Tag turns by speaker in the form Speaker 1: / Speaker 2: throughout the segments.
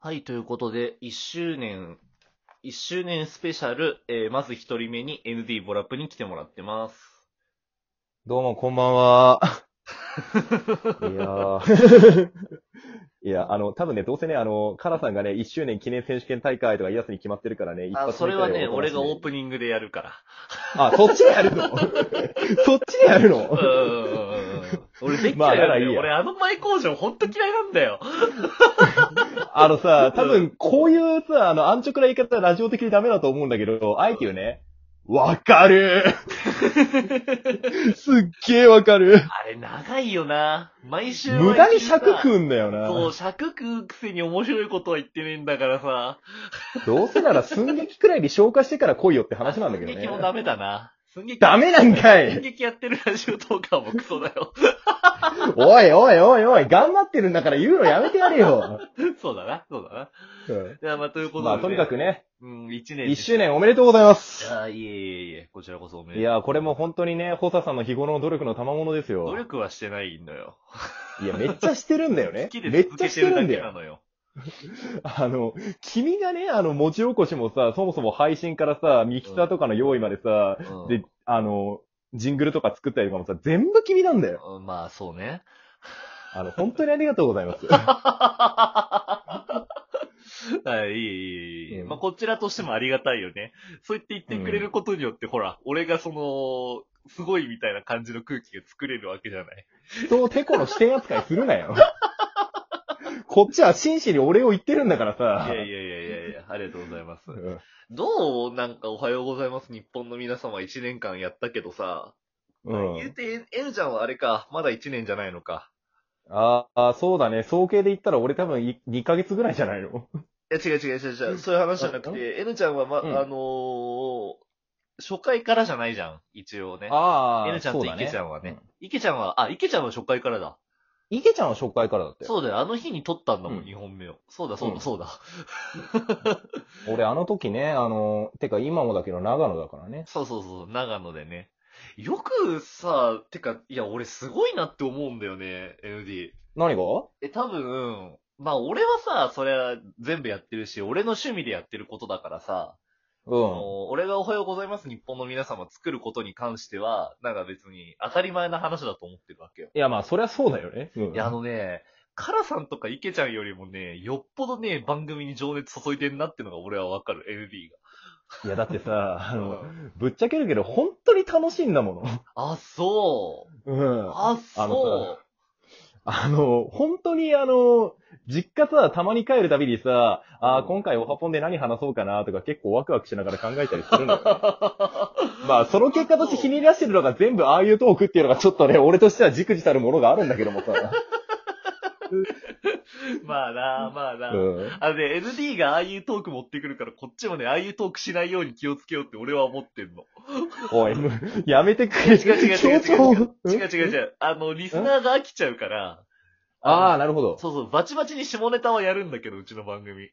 Speaker 1: はい、ということで、1周年、1周年スペシャル、えーまず1人目に ND ボラップに来てもらってます。
Speaker 2: どうも、こんばんは。いやー。いや、あの、多分ね、どうせね、あの、カラさんがね、1周年記念選手権大会とか、イヤスに決まってるからね、一
Speaker 1: あ、そ
Speaker 2: 目
Speaker 1: れ
Speaker 2: くら
Speaker 1: はいね、俺がオー
Speaker 2: ン。
Speaker 1: プニングでやるから。
Speaker 2: あ、そっちでや るのそっちでやる の
Speaker 1: うんうんうんうん俺できち
Speaker 2: ま
Speaker 1: ゃ
Speaker 2: あ
Speaker 1: う
Speaker 2: な
Speaker 1: よ、
Speaker 2: らいい
Speaker 1: ね
Speaker 2: や
Speaker 1: 俺あの前工場ほんと嫌いなんだよ。
Speaker 2: あのさ、多分、こういうさ、あの、安直な言い方はラジオ的にダメだと思うんだけど、あえて言うね。わ かるすっげえわかる
Speaker 1: あれ長いよな。毎週毎週
Speaker 2: 無駄に
Speaker 1: さ
Speaker 2: 尺食うんだよな。
Speaker 1: そう、尺食うくせに面白いことは言ってねえんだからさ。
Speaker 2: どうせなら寸劇くらいに消化してから来いよって話なんだけど
Speaker 1: 寸劇
Speaker 2: ね。
Speaker 1: もダメだな。寸劇
Speaker 2: ダメなんか
Speaker 1: 寸
Speaker 2: い
Speaker 1: 劇やってるラジオトーカーもクソだよ。
Speaker 2: おいおいおいおい、頑張ってるんだから言うのやめてや れよ。
Speaker 1: そうだな、そうだな。
Speaker 2: うん
Speaker 1: いや、まあ、ということで、
Speaker 2: まあ、とにかくね、
Speaker 1: うん、一年
Speaker 2: 1周年おめでとうございま
Speaker 1: い
Speaker 2: す。
Speaker 1: やー、いえいえいえ、こちらこそおめでとう。
Speaker 2: いや、これも本当にね、ホサさんの日頃の努力の賜物です
Speaker 1: 努
Speaker 2: よ。
Speaker 1: 力はしてないのよ。
Speaker 2: いや、めっちゃしてるんだよね
Speaker 1: 好。き
Speaker 2: め
Speaker 1: で
Speaker 2: っ
Speaker 1: 続
Speaker 2: ちゃ
Speaker 1: け
Speaker 2: しててる
Speaker 1: る
Speaker 2: ん
Speaker 1: だけ
Speaker 2: だ
Speaker 1: な
Speaker 2: よ。
Speaker 1: のよ。
Speaker 2: あの、君がね、あの、文字起こしもさ、そもそも配信からさ、ミキサーとかの用意までさ、
Speaker 1: うん
Speaker 2: で、あの、ジングルとか作ったりとかもさ、全部君なんだよ。
Speaker 1: うんまあ、そう ね。
Speaker 2: あの、本当にありがとうございます。
Speaker 1: はい、いえいえいえ。
Speaker 2: うん
Speaker 1: まあ、こちらとしてもありがたいよね。そう言って言ってくれることによって、ほら、俺がその、すごいみたいな感じの空気が作れるわけじゃない。
Speaker 2: 人をてこの視点扱いするなよ。 こっちは真摯にお礼を言ってるんだから
Speaker 1: い
Speaker 2: さ。
Speaker 1: やいやいやいやいや、ありがとうございます
Speaker 2: う。ん
Speaker 1: どうなんかおはようございます日本の皆様1年間やったけどさ、
Speaker 2: うん
Speaker 1: 言うて N ちゃんはあれか、まだ1年じゃないのか。
Speaker 2: ああ、そうだね。総計で言ったら俺多分い2ヶ月ぐらいじゃないの
Speaker 1: いや、違う違う違う違う。そういう話じゃなく
Speaker 2: あ
Speaker 1: て、N ちゃんは、ま、
Speaker 2: うん
Speaker 1: あのー初回からじゃないじゃん、一応ね。
Speaker 2: あ
Speaker 1: N ちゃんとイケちゃ
Speaker 2: ん。
Speaker 1: んは
Speaker 2: う
Speaker 1: ね
Speaker 2: ん。
Speaker 1: イケちゃんは、あ、イケちゃんは初回からだ。
Speaker 2: イケちゃんは初回からだって。
Speaker 1: そうだよ、あの日に撮ったんだも、
Speaker 2: うんん
Speaker 1: 2本目を。そうだ、そう
Speaker 2: う
Speaker 1: だ、
Speaker 2: ん
Speaker 1: そうだ。
Speaker 2: 俺あの時ね、あの、てか今もだけど長野だからね。
Speaker 1: そうそうそう、長野でね。よくさ、てか、いや、俺すごいなって思うんだよね、ND。
Speaker 2: 何が
Speaker 1: え、多分、まあ俺はさ、それは全部やってるし、俺の趣味でやってることだからさ、
Speaker 2: う
Speaker 1: あ
Speaker 2: ん。
Speaker 1: の俺がおはようございます日本の皆様作ることに関しては、なんか別に当たり前な話だと思ってるわけよ。
Speaker 2: いや、まあ、そりゃそうだよね。うん
Speaker 1: いや、あのね、カラさんとかイケちゃんよりもね、よっぽどね、番組に情熱注いでんなってのが俺はわかる、ND
Speaker 2: いやだってさ、
Speaker 1: が。
Speaker 2: あの、
Speaker 1: うん
Speaker 2: ぶっちゃけるけど、本当に楽しいんだも
Speaker 1: あ、そう。
Speaker 2: の。うん。
Speaker 1: あ、
Speaker 2: あの
Speaker 1: そ
Speaker 2: あの、本当にあの、実家さ、たまに帰るたびにさ、あ
Speaker 1: う
Speaker 2: ー
Speaker 1: ん
Speaker 2: 今回オハポンで何話そうかなとか結構ワクワクしながら考えたりす るのよ。
Speaker 1: う。
Speaker 2: まあ、その結果としてひねり出してるのが全部ああいうトークっていうのがちょっとね、俺としてはじくじたるものがあるんだけど もさ。
Speaker 1: まあな、まあな。
Speaker 2: うん。
Speaker 1: あのね、ND がああいうトーク持ってくるから、こっちもね、ああいうトークしないように気をつけようって俺は思ってんの。
Speaker 2: おい、むやめてくれ。
Speaker 1: 違う違う違う違う
Speaker 2: 協調
Speaker 1: 違う。違う違う違う。あの、リスナーが飽きちゃうから、
Speaker 2: ああ、なるほど。
Speaker 1: そうそう、バチバチに下ネタはやるんだけど、うちの番組。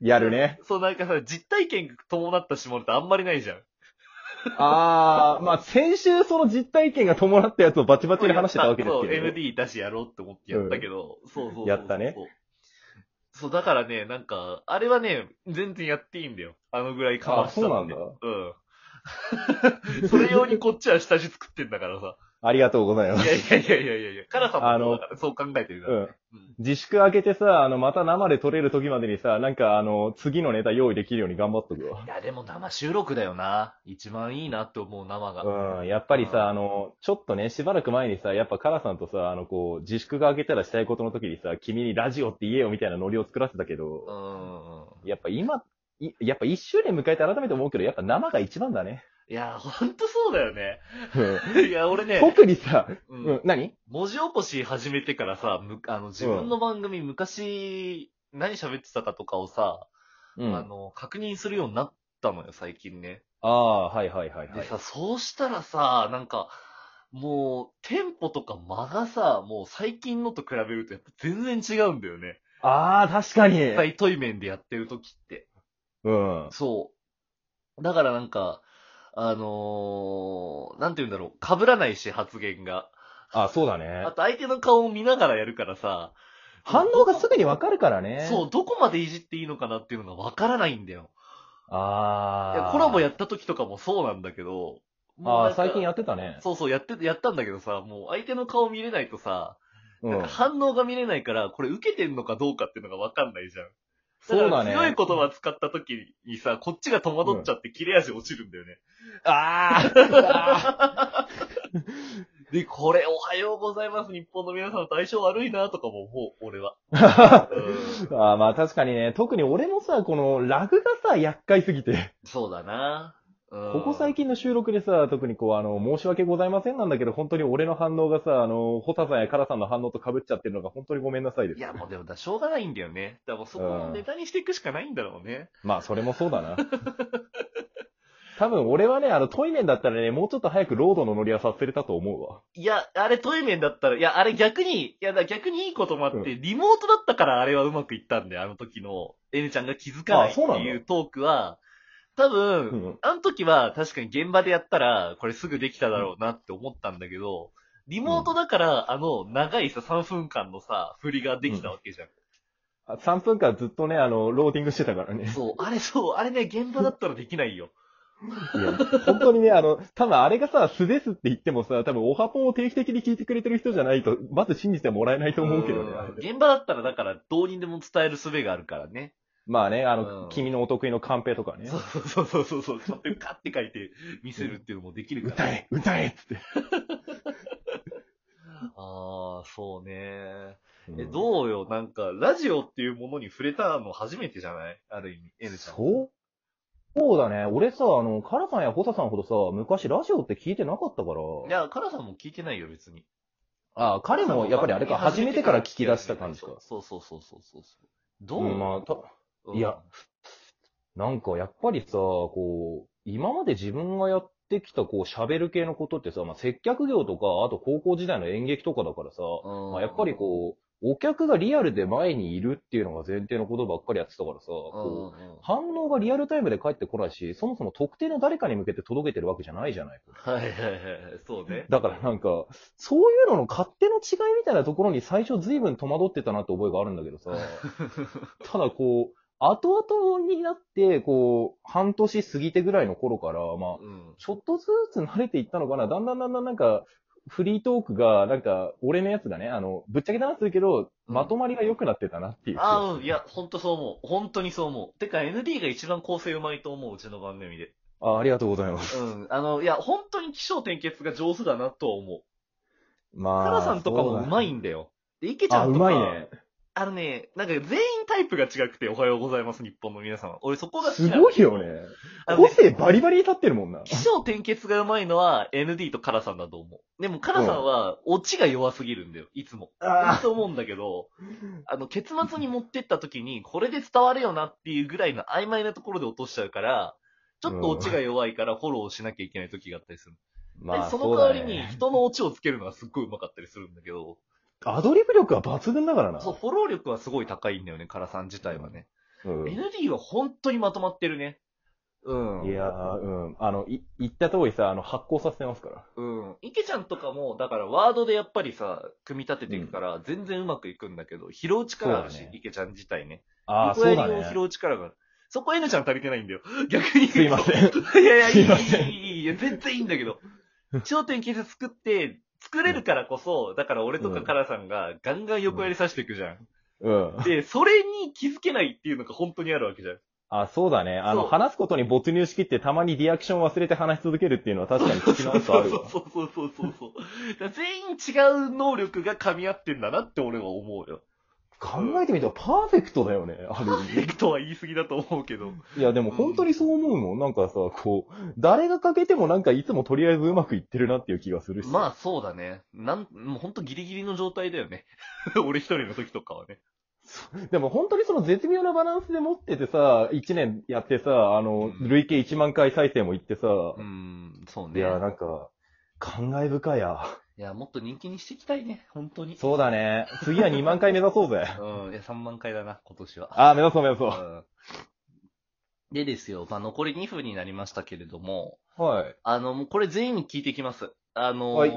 Speaker 2: やるね。
Speaker 1: そう、なんかさ、実体験が伴った下ネタあんまりないじゃん。
Speaker 2: ああ、まあ、先週その実体験が伴ったやつをバチバチに話してたわけです
Speaker 1: そう、
Speaker 2: けど。
Speaker 1: ND 出しやろうって思ってやったけど、そうそうそうそう
Speaker 2: やったね。
Speaker 1: そう、だからね、なんか、あれはね、全然やっていいんだよ。あのぐらいかました
Speaker 2: あそうなんだ
Speaker 1: うん。そ れ用にこっちは下地作ってんだからさ。
Speaker 2: ありがとうございます
Speaker 1: い。やいやいやいやいやいや、カラさんもそうだからそう考えてるか
Speaker 2: う
Speaker 1: ら。
Speaker 2: ん。自粛明けてさ、あの、また生で撮れる時までにさ、なんかあの、次のネタ用意できるように頑張っとく
Speaker 1: いや、でも生収録だよな。一番いいなって思う生が。
Speaker 2: わ。うん。やっぱりさ、あの、ちょっとね、しばらく前にさ、やっぱカラさんとさ、あの、こう、自粛が明けたらしたいことの時にさ、君にラジオって言えよみたいなノリを作らせたけ
Speaker 1: う
Speaker 2: ど、
Speaker 1: ん。
Speaker 2: やっぱ今、いやっぱ一周年迎えて改めて思うけど、やっぱ生が一番だね。
Speaker 1: いや、ほんとそうだよね。
Speaker 2: うん
Speaker 1: いや、俺ね、
Speaker 2: 特にさ、
Speaker 1: う
Speaker 2: うん
Speaker 1: ん、、
Speaker 2: 何
Speaker 1: 文字起こし始めてからさ、むあの自分の番組昔、何喋ってたかとかをさ、
Speaker 2: う
Speaker 1: あ
Speaker 2: ん。
Speaker 1: の、確認するようになったのよ、最近ね。
Speaker 2: ああ、はいはいはいは
Speaker 1: で
Speaker 2: い。
Speaker 1: さ、そうしたらさ、なんか、もう、テンポとか間がさ、もう最近のと比べるとやっぱ全然違うんだよね。
Speaker 2: ああ、確かに。
Speaker 1: 実際対面でやってる時って。
Speaker 2: うん。
Speaker 1: そう。だからなんか、あのー、なんて言うんだろう、被らないし、発言が。
Speaker 2: あそうだね
Speaker 1: あ。と相手の顔を見ながらやるからさ、
Speaker 2: 反応がすぐにわかるからね。
Speaker 1: そう、。どこまでいじっていいのかなっていうのがわからないんだよ。い
Speaker 2: あ
Speaker 1: や
Speaker 2: あ。
Speaker 1: コラボや
Speaker 2: っ
Speaker 1: った時とかもそうなんだけど、もう
Speaker 2: あ
Speaker 1: なん
Speaker 2: あ、
Speaker 1: か
Speaker 2: 最近やってたね。
Speaker 1: そうそう、やって、やったんだけどさ、もう相手の顔見れないとさ、
Speaker 2: う
Speaker 1: なん
Speaker 2: ん
Speaker 1: か。反応が見れないから、これ受けてんのかどうかっていうのがわかんないじゃん。
Speaker 2: そうだ
Speaker 1: から
Speaker 2: ね。
Speaker 1: 強い言葉使った時にさ、こっちが戸惑っちゃって切れ味落ちるんだよね。
Speaker 2: あ あ。
Speaker 1: で、これおはようございます日本の皆さんと相性悪いなとかも思う、俺は。 うん
Speaker 2: ああ、まあ確かにね、特に俺もさ、このラグがさ、厄介すぎて、
Speaker 1: そうだな。うん
Speaker 2: ここ最近の収録でさ、特にこう、あの、申し訳ございませんなんだけど、本当に俺の反応がさ、あの、ホタさんやカラさんの反応と被っちゃってるのが本当にごめんなさいです。
Speaker 1: いや、もうでもだ、しょうがないんだよね。だからもうそこをネタにしていくしかないんだろうね。
Speaker 2: まあ、それもそうだな。 多分俺はね、あの、トイレだったらね、もうちょっと早くロードの乗りはさせれたと思うわ。
Speaker 1: いや、あれ、トイレだったら、いや、あれ逆に、いや、だ逆にいいこともあって、リモートだったからあれはうまくいったんだよ、あの時の。エネちゃんが気づかない
Speaker 2: あ
Speaker 1: って
Speaker 2: そうなんだ
Speaker 1: いうトークは、多分、
Speaker 2: うん
Speaker 1: あの時は確かに現場でやったら、これすぐできただろうなって思ったんだけど、リモートだから、あの、長いさ、3分間のさ、振りができたわけじゃん。
Speaker 2: あ3分間ずっとね、あの、ローディングしてたからね。
Speaker 1: そう、あれそう、あれね、現場だったらできないよ。
Speaker 2: いや、本当にね、あの、多分あれがさ、素ですって言ってもさ、多分オハポンを定期的に聞いてくれてる人じゃないと、まず信じてもらえないと思うけどね。あれ
Speaker 1: うん現場だったら、だから、どうにでも伝える術があるからね。
Speaker 2: まあね、あ
Speaker 1: うん
Speaker 2: の、君のお得意のカンペとかね。
Speaker 1: そうそうそうそう、そう勝手にカッて書いて見せるっていうのもできるから。
Speaker 2: 歌え歌えっつって。
Speaker 1: ああ、そうね。え、どうよ、なんか、ラジオっていうものに触れたの初めてじゃないある意味、N ちゃん。
Speaker 2: そうそうだね。俺さ、あの、カラさんやホサさんほどさ、昔ラジオって聞いてなかったから。
Speaker 1: いや、カラさんも聞いてないよ、別に。
Speaker 2: あ彼もやっぱりあれか、初めてから聞き出した感じか。
Speaker 1: そうそうそうそうそう。ど
Speaker 2: う
Speaker 1: う、
Speaker 2: ん、まあ、た、
Speaker 1: うん
Speaker 2: いや。なんかやっぱりさ、こう、今まで自分がやってきたこう喋る系のことってさ、まあ、接客業とか、あと高校時代の演劇とかだからさ、
Speaker 1: うん
Speaker 2: まあ、やっぱりこう、お客がリアルで前にいるっていうのが前提のことばっかりやってたからさ、
Speaker 1: うん、
Speaker 2: こう、
Speaker 1: うんうん
Speaker 2: 反応がリアルタイムで返ってこないし、そもそも特定の誰かに向けて届けてるわけじゃないじゃない。
Speaker 1: はいはいはいはい、そうね。
Speaker 2: だからなんか、そういうのの勝手の違いみたいなところに最初随分戸惑ってたなって覚えがあるんだけ どさ、ただこう、後々になって、こう、半年過ぎてぐらいの頃から、まあ、
Speaker 1: うん。
Speaker 2: ちょっとずつ慣れていったのかな、だんだんだんだんなんか、フリートークが、なんか、俺のやつがね、あの、ぶっちゃけた話するけど、
Speaker 1: うん
Speaker 2: まとまりが良くなってたなっていう。
Speaker 1: ああ、うん、いや、ほんとそう思う。本当にそう思う。てか、ND が一番構成うまいと思う、うちの番組で。
Speaker 2: あ。ありがとうございます。
Speaker 1: うん。あの、いや、本当に気象転結が上手だなとは思う。
Speaker 2: まあ。
Speaker 1: カラさんとかもうまい
Speaker 2: ん
Speaker 1: んだよ。で、イケちゃ
Speaker 2: あ、
Speaker 1: ん
Speaker 2: う
Speaker 1: とか、
Speaker 2: まいね。
Speaker 1: あのね、なんか全員タイプが違くて、おはようございます、日本の皆様。俺そこが好き
Speaker 2: す
Speaker 1: なの
Speaker 2: ごいよね。
Speaker 1: あの
Speaker 2: 個
Speaker 1: ね、
Speaker 2: 性バリバリ立ってるもんな。
Speaker 1: 気象転結がうまいのは ND とカラさんだと思う。でもカラさんは、オチが弱すぎるんだよ、いつも。
Speaker 2: あ
Speaker 1: と思うんだけど、あの、結末に持ってった時に、これで伝わるよなっていうぐらいの曖昧なところで落としちゃうから、ちょっとオチが弱いからフォローしなきゃいけない時があったりする。
Speaker 2: まあ、
Speaker 1: でその
Speaker 2: うだ
Speaker 1: 代わりに
Speaker 2: ね
Speaker 1: 人のオチをつけるのがすっごい上手かったりするんだけど、
Speaker 2: アドリブ力は抜群だからな。
Speaker 1: そう、フォロー力はすごい高いんだよね、カラさん自体はね。
Speaker 2: うん
Speaker 1: ND は本当にまとまってるね。うん。
Speaker 2: いやー、うん。あの、い、言った通りさ、あの、発酵させてますから。
Speaker 1: うん。池ちゃんとかも、だからワードでやっぱりさ、組み立てていくから、全然うまくいくんだけど、拾う力ある
Speaker 2: そう
Speaker 1: し
Speaker 2: だ、ね
Speaker 1: 池ちゃん自体ね。
Speaker 2: ああ、
Speaker 1: 横
Speaker 2: そう
Speaker 1: や
Speaker 2: だ
Speaker 1: りを
Speaker 2: ね。
Speaker 1: 拾う力がある。そこ N ちゃん足りてないんだよ。逆に。
Speaker 2: すいませ ん。
Speaker 1: ん。いやいや、いい、
Speaker 2: すいません
Speaker 1: いい、いい、いや、全然いいんだけど。頂点傷作って、作れるからこそ、だから俺とかカラさんがガンガン横やりさしていくじゃん。
Speaker 2: うん。
Speaker 1: で、それに気づけないっていうのが本当にあるわけじゃん。
Speaker 2: あ、そうだね。あの、
Speaker 1: そう
Speaker 2: 話すことに没入しきってたまにリアクション忘れて話し続けるっていうのは確かに聞き直すとあるわ。
Speaker 1: そうそうそうそうそうそう。だから全員違う能力が噛み合ってんだなって俺は思うよ。
Speaker 2: 考えてみたらパーフェクトだよね、あ
Speaker 1: パ
Speaker 2: る意
Speaker 1: ーフェクトは言い過ぎだと思うけど。
Speaker 2: 味。いや、でも本当にそう思うもん。なんかさ、こう、誰がかけてもなんかいつもとりあえずうまくいってるなっていう気がするし。
Speaker 1: まあそうだね。なん、もうほんとギリギリの状態だよね。俺一人の時とかはね。
Speaker 2: でも本当にその絶妙なバランスで持っててさ、1年やってさ、あの、
Speaker 1: うん
Speaker 2: 累計1万回再生もいってさ、
Speaker 1: うん、そう
Speaker 2: い
Speaker 1: ね。い
Speaker 2: や、
Speaker 1: や、
Speaker 2: なんか、感慨深いや。
Speaker 1: もっと人気にしていきたいね。本当に。
Speaker 2: そうだね。次は2万回目指そうぜ。
Speaker 1: うん。いや、3万回だな、今年は。。
Speaker 2: ああ、目指そう目指そう
Speaker 1: でですよ、まあ残り2分になりましたけれども、
Speaker 2: う。はい。
Speaker 1: あの、もうこれ全員に聞いてきます。あのー
Speaker 2: はい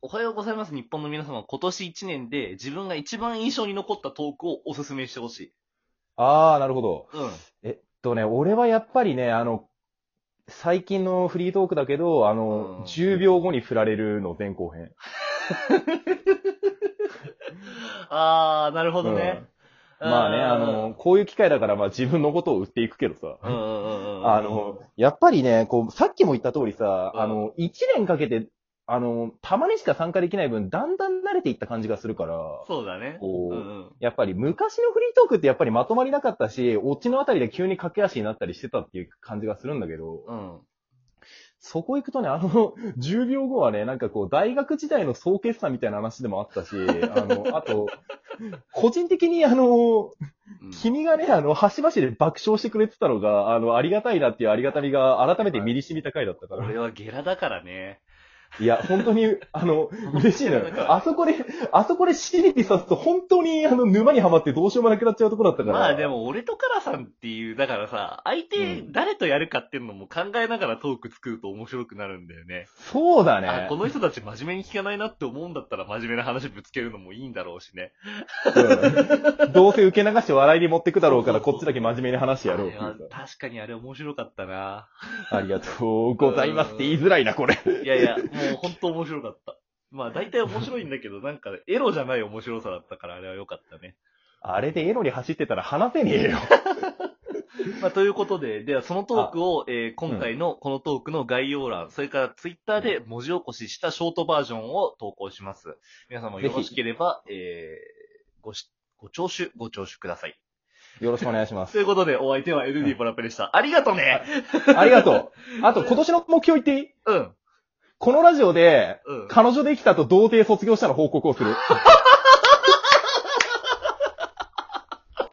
Speaker 1: おはようございます、日本の皆様。今年1年で自分が一番印象に残ったトークをおすすめしてほしい。
Speaker 2: あー、なるほど。
Speaker 1: うん。
Speaker 2: えっとね、俺はやっぱりね、あの、最近のフリートークだけど、あの、
Speaker 1: うん
Speaker 2: 10秒後に振られるの前後編。
Speaker 1: あー、なるほどね。
Speaker 2: うんまあね、あの、、こういう機会だから、まあ自分のことを売っていくけどさ。
Speaker 1: うんうんうんうん。
Speaker 2: あの、、やっぱりね、こう、さっきも言った通りさ、
Speaker 1: うん
Speaker 2: あの、1年かけて、あの、たまにしか参加できない分、だんだん慣れていった感じがするから、
Speaker 1: そうだね。
Speaker 2: こう、
Speaker 1: うんうん
Speaker 2: やっぱり昔のフリートークってやっぱりまとまりなかったし、オチのあたりで急に駆け足になったりしてたっていう感じがするんだけど、
Speaker 1: うん。
Speaker 2: そこ行くとね、あの、10秒 後はね、なんかこう、大学時代の総決算みたいな話でもあったし、あの、あと、個人的にあの、
Speaker 1: うん
Speaker 2: 君がね、あの、端々で爆笑してくれてたのが、あの、ありがたいなっていうありがたみが改めて身に染みた回だったから。
Speaker 1: 俺はゲラだからね。
Speaker 2: いや、本当に、あの、嬉しいのよ。あそこで、あそこでシリピさすと本当に、あの、沼にはまってどうしようもなくなっちゃうところだったから。
Speaker 1: まあでも俺とカラさんっていう、だからさ、相手
Speaker 2: うん
Speaker 1: 誰とやるかっていうのも考えながらトーク作ると面白くなるんだよね。
Speaker 2: そうだ
Speaker 1: あ、
Speaker 2: ね
Speaker 1: こ。の人たち真面目に聞かないなって思うんだったら真面目な話ぶつけるのもいいんだろうしね。
Speaker 2: うんどうせ受け流して笑いに持ってくだろうから、こっちだけ真面目に話してやろうってい
Speaker 1: あれは
Speaker 2: うさ
Speaker 1: 確かにあれ面白かったな。
Speaker 2: ありがとうございますって言いづらいな、これ。
Speaker 1: いやいや、もう本当面白かった。まあ大体面白いんだけど、なんかエロじゃない面白さだったからあれは良かったね。
Speaker 2: あれでエロに走ってたら話せねえよ。
Speaker 1: まあということで、ではそのトークを、えー今回のこのトークの概要欄、それからツイッターで文字起こししたショートバージョンを投稿します。皆様よろしければ、えーごし、ご聴取、ご聴取ください。
Speaker 2: よろしくお願いします。
Speaker 1: ということで、お相手は LD ポラペでした。ありがとね
Speaker 2: ありがとう。あと、今年の目標言っていい
Speaker 1: うん、
Speaker 2: このラジオで、
Speaker 1: うん。
Speaker 2: 彼女できたと童貞卒業したの報告をする。